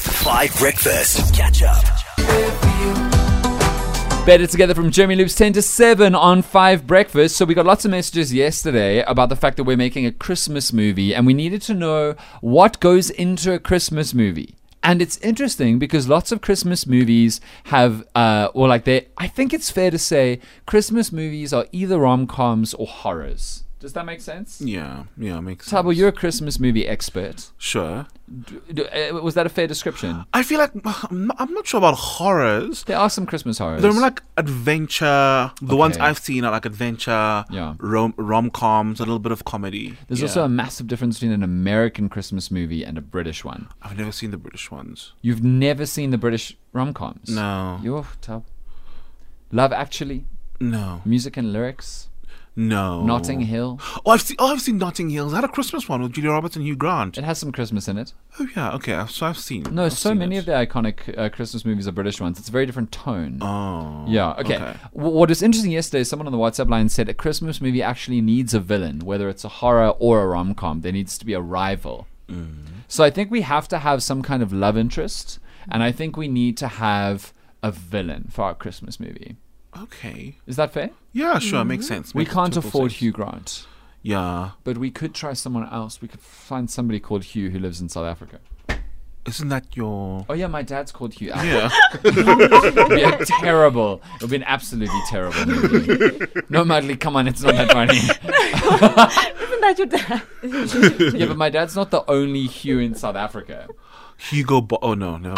Five Breakfast. Catch up. Better Together from Jeremy Loops 10 to 7 on 5 Breakfast. So, we got lots of messages yesterday about the fact that we're making a Christmas movie and we needed to know what goes into a Christmas movie. And it's interesting because lots of Christmas movies have, uh, or like they, I think it's fair to say Christmas movies are either rom coms or horrors. Does that make sense? Yeah, yeah, makes sense. Tabo, you're a Christmas movie expert. Sure. Do- uh, Was that a fair description? I feel like I'm not, I'm not sure about horrors. There are some Christmas horrors. They're more like adventure. The ones Okay. I've seen are like adventure, Yeah. rom rom coms, a little bit of comedy. There's Yeah. also a massive difference between an American Christmas movie and a British one. I've never seen the British ones. You've never seen the British rom coms? No. You're top. Love Actually, No, Music and Lyrics, no. Notting Hill. Oh, I've seen. Oh, I've seen Notting Hill. Is that a Christmas one with Julia Roberts and Hugh Grant? It has some Christmas in it. Oh yeah. Okay. I've- So I've seen. No, I've so seen many it. of the iconic uh, Christmas movies are British ones. It's a very different tone. Oh. yeah, okay. okay. W- what is interesting yesterday, someone on the WhatsApp line said a Christmas movie actually needs a villain, whether it's a horror or a rom com. There needs to be a rival. So I think we have to have some kind of love interest, and I think we need to have a villain for our Christmas movie. Okay. Is that fair? Yeah. Sure. Makes sense. Mm-hmm. We Makes can't total afford sense. Hugh Grant, Yeah. but we could try someone else. We could find somebody called Hugh who lives in South Africa. Isn't that your? Oh yeah, my dad's called Hugh. It Yeah. would be a terrible. It would be an absolutely terrible movie. No, Madly, come on, it's not that funny. Isn't that your dad? Yeah, but my dad's not the only Hugh in South Africa. Hugo. Bo- oh no. No.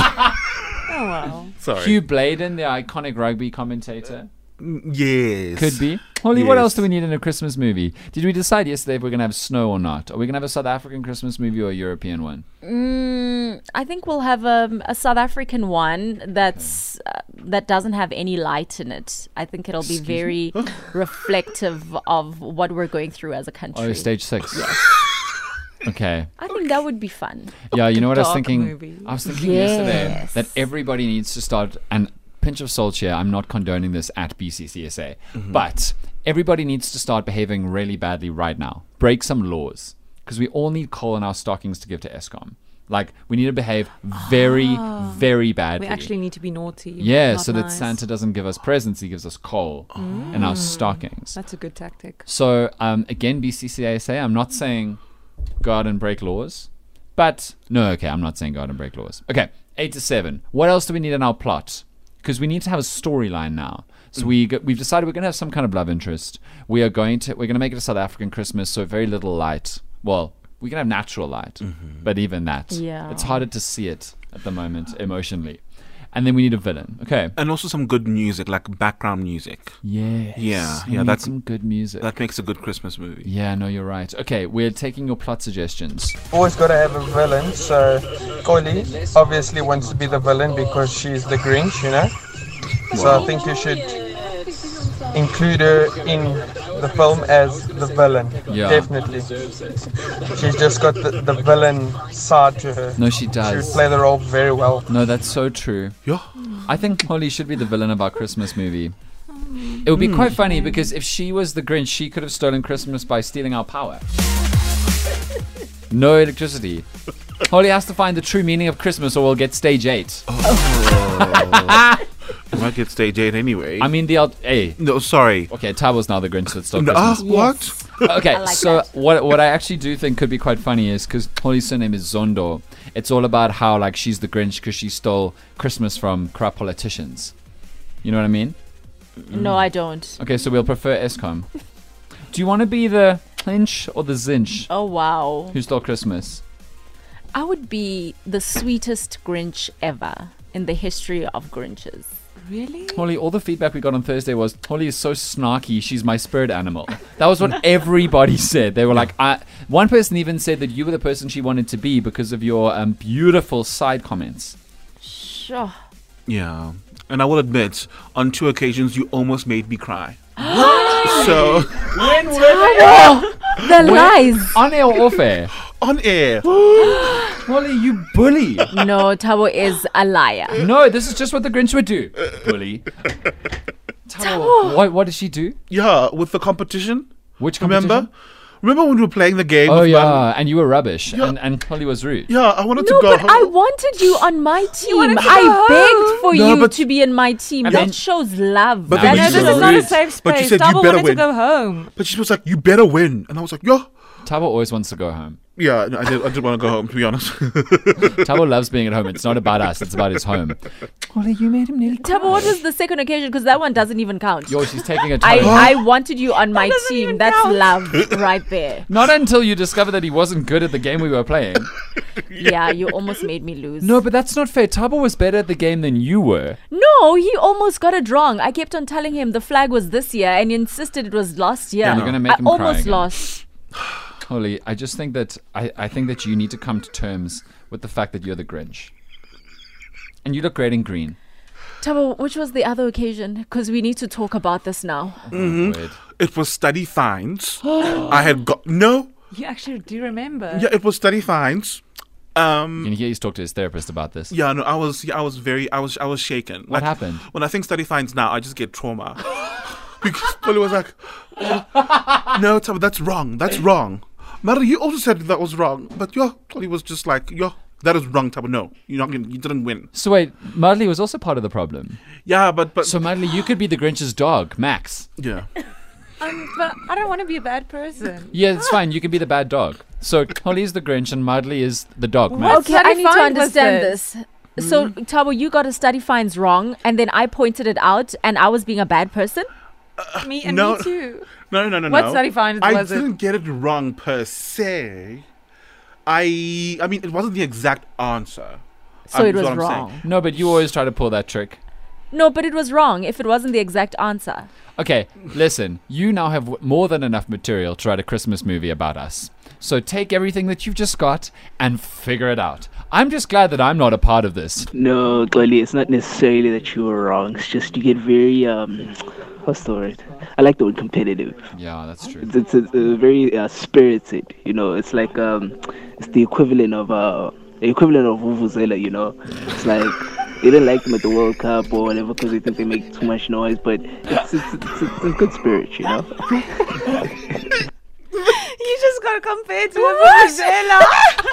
Oh wow. Sorry. Hugh Bladen, the iconic rugby commentator, Yes. could be. Holly, what Yes. else do we need in a Christmas movie? Did we decide yesterday if we're gonna have snow or not? Are we gonna have a South African Christmas movie or a European one? Mm, I think we'll have um, a South African one that's uh, that doesn't have any light in it. I think it'll be very reflective of what we're going through as a country. Oh, stage six. Okay. I think that would be fun. Yeah, you know what I was dark thinking. movie. I was thinking yesterday Yes. that everybody needs to start and pinch of salt here. I'm not condoning this at BCCSA, but everybody needs to start behaving really badly right now. Break some laws because we all need coal in our stockings to give to ESCOM. Like we need to behave very, very Ah. We badly. actually need to be naughty. yeah, not so that nice. Mm. Santa doesn't give us presents; he gives us coal in our stockings. That's a good tactic. So um, again, BCCASA, I'm not saying go out and break laws, but no, okay, I'm not saying go out and break laws. Okay, eight to seven. What else do we need in our plot? Because we need to have a storyline now. Mm. So we go, we've decided we're going to have some kind of love interest. We are going to we're going to make it a South African Christmas, so very little light. Well, we can have natural light, Mm-hmm. but even that, Yeah. it's harder to see it at the moment emotionally. And then we need a villain. Okay. And also some good music, like background music. Yes. Yeah, We yeah, need that's- some good music. That makes a good Christmas movie. Yeah, no, you're right. Okay, we're taking your plot suggestions. always got to have a villain. So Collie obviously wants to be the villain because she's the Grinch, you know. So I think you should include her in the film as the villain. Yeah. Definitely. She's just got the, the villain side to her. No, she She would does. play the role very well. No, that's so true. Yeah. I think Holly should be the villain of our Christmas movie. It would be quite funny because if she was the Grinch, she could have stolen Christmas by stealing our power. No electricity. Holly has to find the true meaning of Christmas or we'll get stage eight. I might get stage eight anyway. I mean, the. Al- hey. no, sorry. Okay, Tabo's now the Grinch that stole No, Christmas. ah, what? okay, like so that. what what I actually do think could be quite funny is because Holly's surname is Zondo. It's all about how like she's the Grinch because she stole Christmas from corrupt politicians. You know what I mean? No, I don't. Okay, so we'll prefer ESCOM. do you want to be the Clinch or the Zinch Oh wow. who stole Christmas? I would be the sweetest Grinch ever in the history of Grinches. Really? Holly, all the feedback we got on Thursday was Holly is so snarky. She's my spirit animal. That was what everybody said. They were like, I, one person even said that you were the person she wanted to be because of your um, beautiful side comments. Sure. Yeah. And I will admit, on two occasions, you almost made me cry. so The lies. On air or off air? on air. Molly, you bully. No, Tabo is a liar. No, this is just what the Grinch would do. Bully. Tabo. What, what did she do? Yeah, with the competition. Which competition? Remember? Remember when we were playing the game? Oh of yeah, Battle- and you were rubbish, and and Holly was rude. Yeah, I wanted No, to go but home. I wanted you on my team. wanted to I go begged for No, you but- to be in my team. And then- That shows love. But then that you No, this So is not a rude. safe But you space. said you Double better wanted to win. go home. but she was like, "You better win," and I was like, "Yeah, Tabo always wants to go home. yeah." No, I did. I did want to go home, to be honest. Tabo loves being at home. It's not about us. It's about his home. Holly, you made him nearly. Tabo, what was the second occasion? Because that one doesn't even count. Yo, she's taking a I, toll. I wanted you on my doesn't team. even That's count. love right there. Not until you discover that he wasn't good at the game we were playing. Yeah, you almost made me lose. No, but that's not fair. Tabo was better at the game than you were. No, he almost got it wrong. I kept on telling him the flag was this year and he insisted it was last year. Yeah, you're gonna make I him cry almost again. lost. Holly, I just think that I, I think that you need to come to terms with the fact that you're the Grinch. And you look great in green. Tabo, which was the other occasion? Because we need to talk about this now. Mm-hmm. Weird. it was study finds. I had got no. You actually do remember. Yeah, it was study finds. Um, You can hear he's talked to his therapist about this. Yeah, no, I was, yeah, I was very, I was, I was shaken. What happened? When I think study finds now, I just get trauma. because Polly was like, "Oh, "No, Tabo, that's wrong. That's wrong." Mary, you also said that was wrong, but yeah, Polly was just like, "Yeah, that is wrong, Tabo. No, you're not, gonna, you didn't win." So wait, Mudley was also part of the problem. Yeah, but but So Mudley, you could be the Grinch's dog, Max. yeah, Um, but I don't want to be a bad person. Yeah, it's fine. You can be the bad dog. So Holly's the Grinch and Mudley is the dog, Max. Okay, I need to Satisfied with understand it. this. So, Hmm? Tabo, you got a study finds wrong, and then I pointed it out, and I was being a bad person. Me and No. me too. no, no, no, What no. study finds I was it? didn't get it wrong per se. I, I mean, it wasn't the exact answer. So Um, it is was what I'm saying. wrong. No, but you always try to pull that trick. No, but it was wrong if it wasn't the exact answer. Okay, listen, you now have w- more than enough material to write a Christmas movie about us. So take everything that you've just got and figure it out. I'm just glad that I'm not a part of this. No, Goli, it's not necessarily that you were wrong. It's just you get very um, what's the word? I like the word competitive. Yeah, that's true. It's it's, it's uh, very uh, spirited. You know, it's like um, it's the equivalent of uh, the equivalent of Vuvuzela. You know, it's like. They didn't like them at the World Cup or whatever because they think they make too much noise, but it's, it's, it's, it's a good spirit, you know? You just got to compare to a Vuvuzela.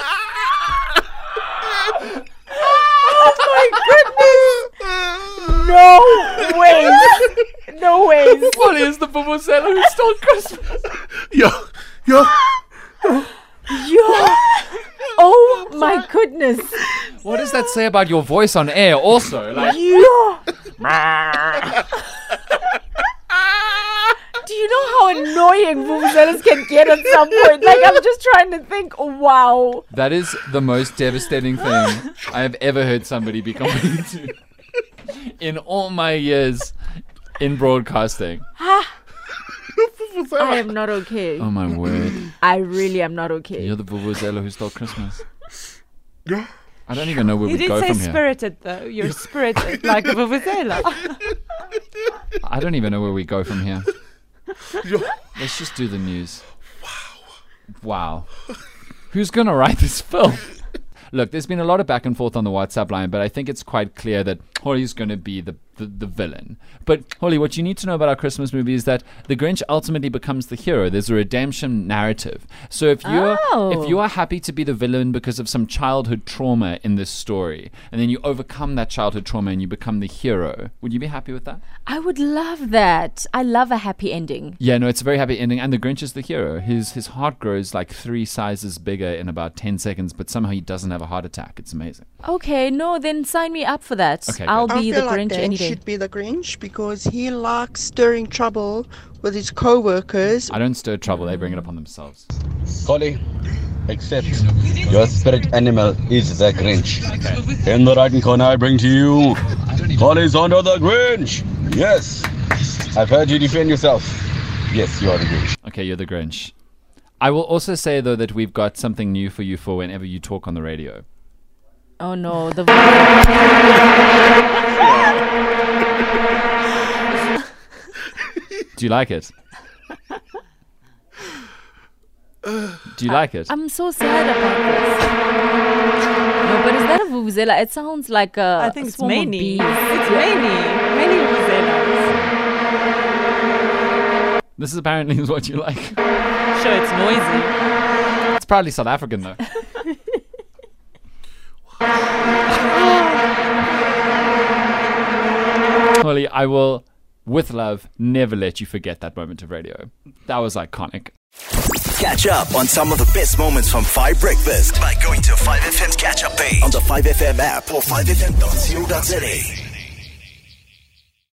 What is the Vuvuzela who stole Christmas? Yeah, yeah. Oh my goodness! What does that say about your voice on air also? Like, Do you know how annoying vuvuzelas can get at some point? Like I'm just trying to think. Wow. that is the most devastating thing I have ever heard somebody be compared to in all my years in broadcasting. I am not okay. Oh my word. I really am not okay. You're the Vuvuzela who stole Christmas. Yeah. I don't even know where You we did go say from here. spirited though. You're spirited like a Vuvuzela. I don't even know where we go from here. yeah. Let's just do the news. Wow. Wow. Who's going to write this film? Look, there's been a lot of back and forth on the WhatsApp line, but I think it's quite clear that Holly's going to be the, the, the villain. But, Holly, what you need to know about our Christmas movie is that the Grinch ultimately becomes the hero. There's a redemption narrative. So if you're, if Oh. you are happy to be the villain because of some childhood trauma in this story, and then you overcome that childhood trauma and you become the hero, would you be happy with that? I would love that. I love a happy ending. Yeah, no, it's a very happy ending, and the Grinch is the hero. His his heart grows like three sizes bigger in about ten seconds, but somehow he doesn't have a heart attack. It's amazing. Okay, no, then sign me up for that. Okay, I'll good. I be the feel like Grinch Dan any day. should be the Grinch because he likes stirring trouble with his co-workers I don't stir trouble; they bring it upon themselves. Collie, accept your spirit animal is the Grinch. In the right corner, I bring to you Collie's under the Grinch. Yes, I've heard you defend yourself. Yes, you are the Grinch. Okay, you're the Grinch. I will also say though that we've got something new for you for whenever you talk on the radio. Oh no, the Do you like it? Do you like it? I'm so sad about this. No, but is that a vuvuzela? It sounds like a I think a it's swarm of many. bees. It's many. Many Vuvuzelas. This is apparently is what you like. sure it's noisy. It's probably South African though. Holly, I will, with love, never let you forget that moment of radio. That was iconic. Catch up on some of the best moments from 5 Breakfast by going to 5FM's catch up page on the 5FM app or 5FM.co.za.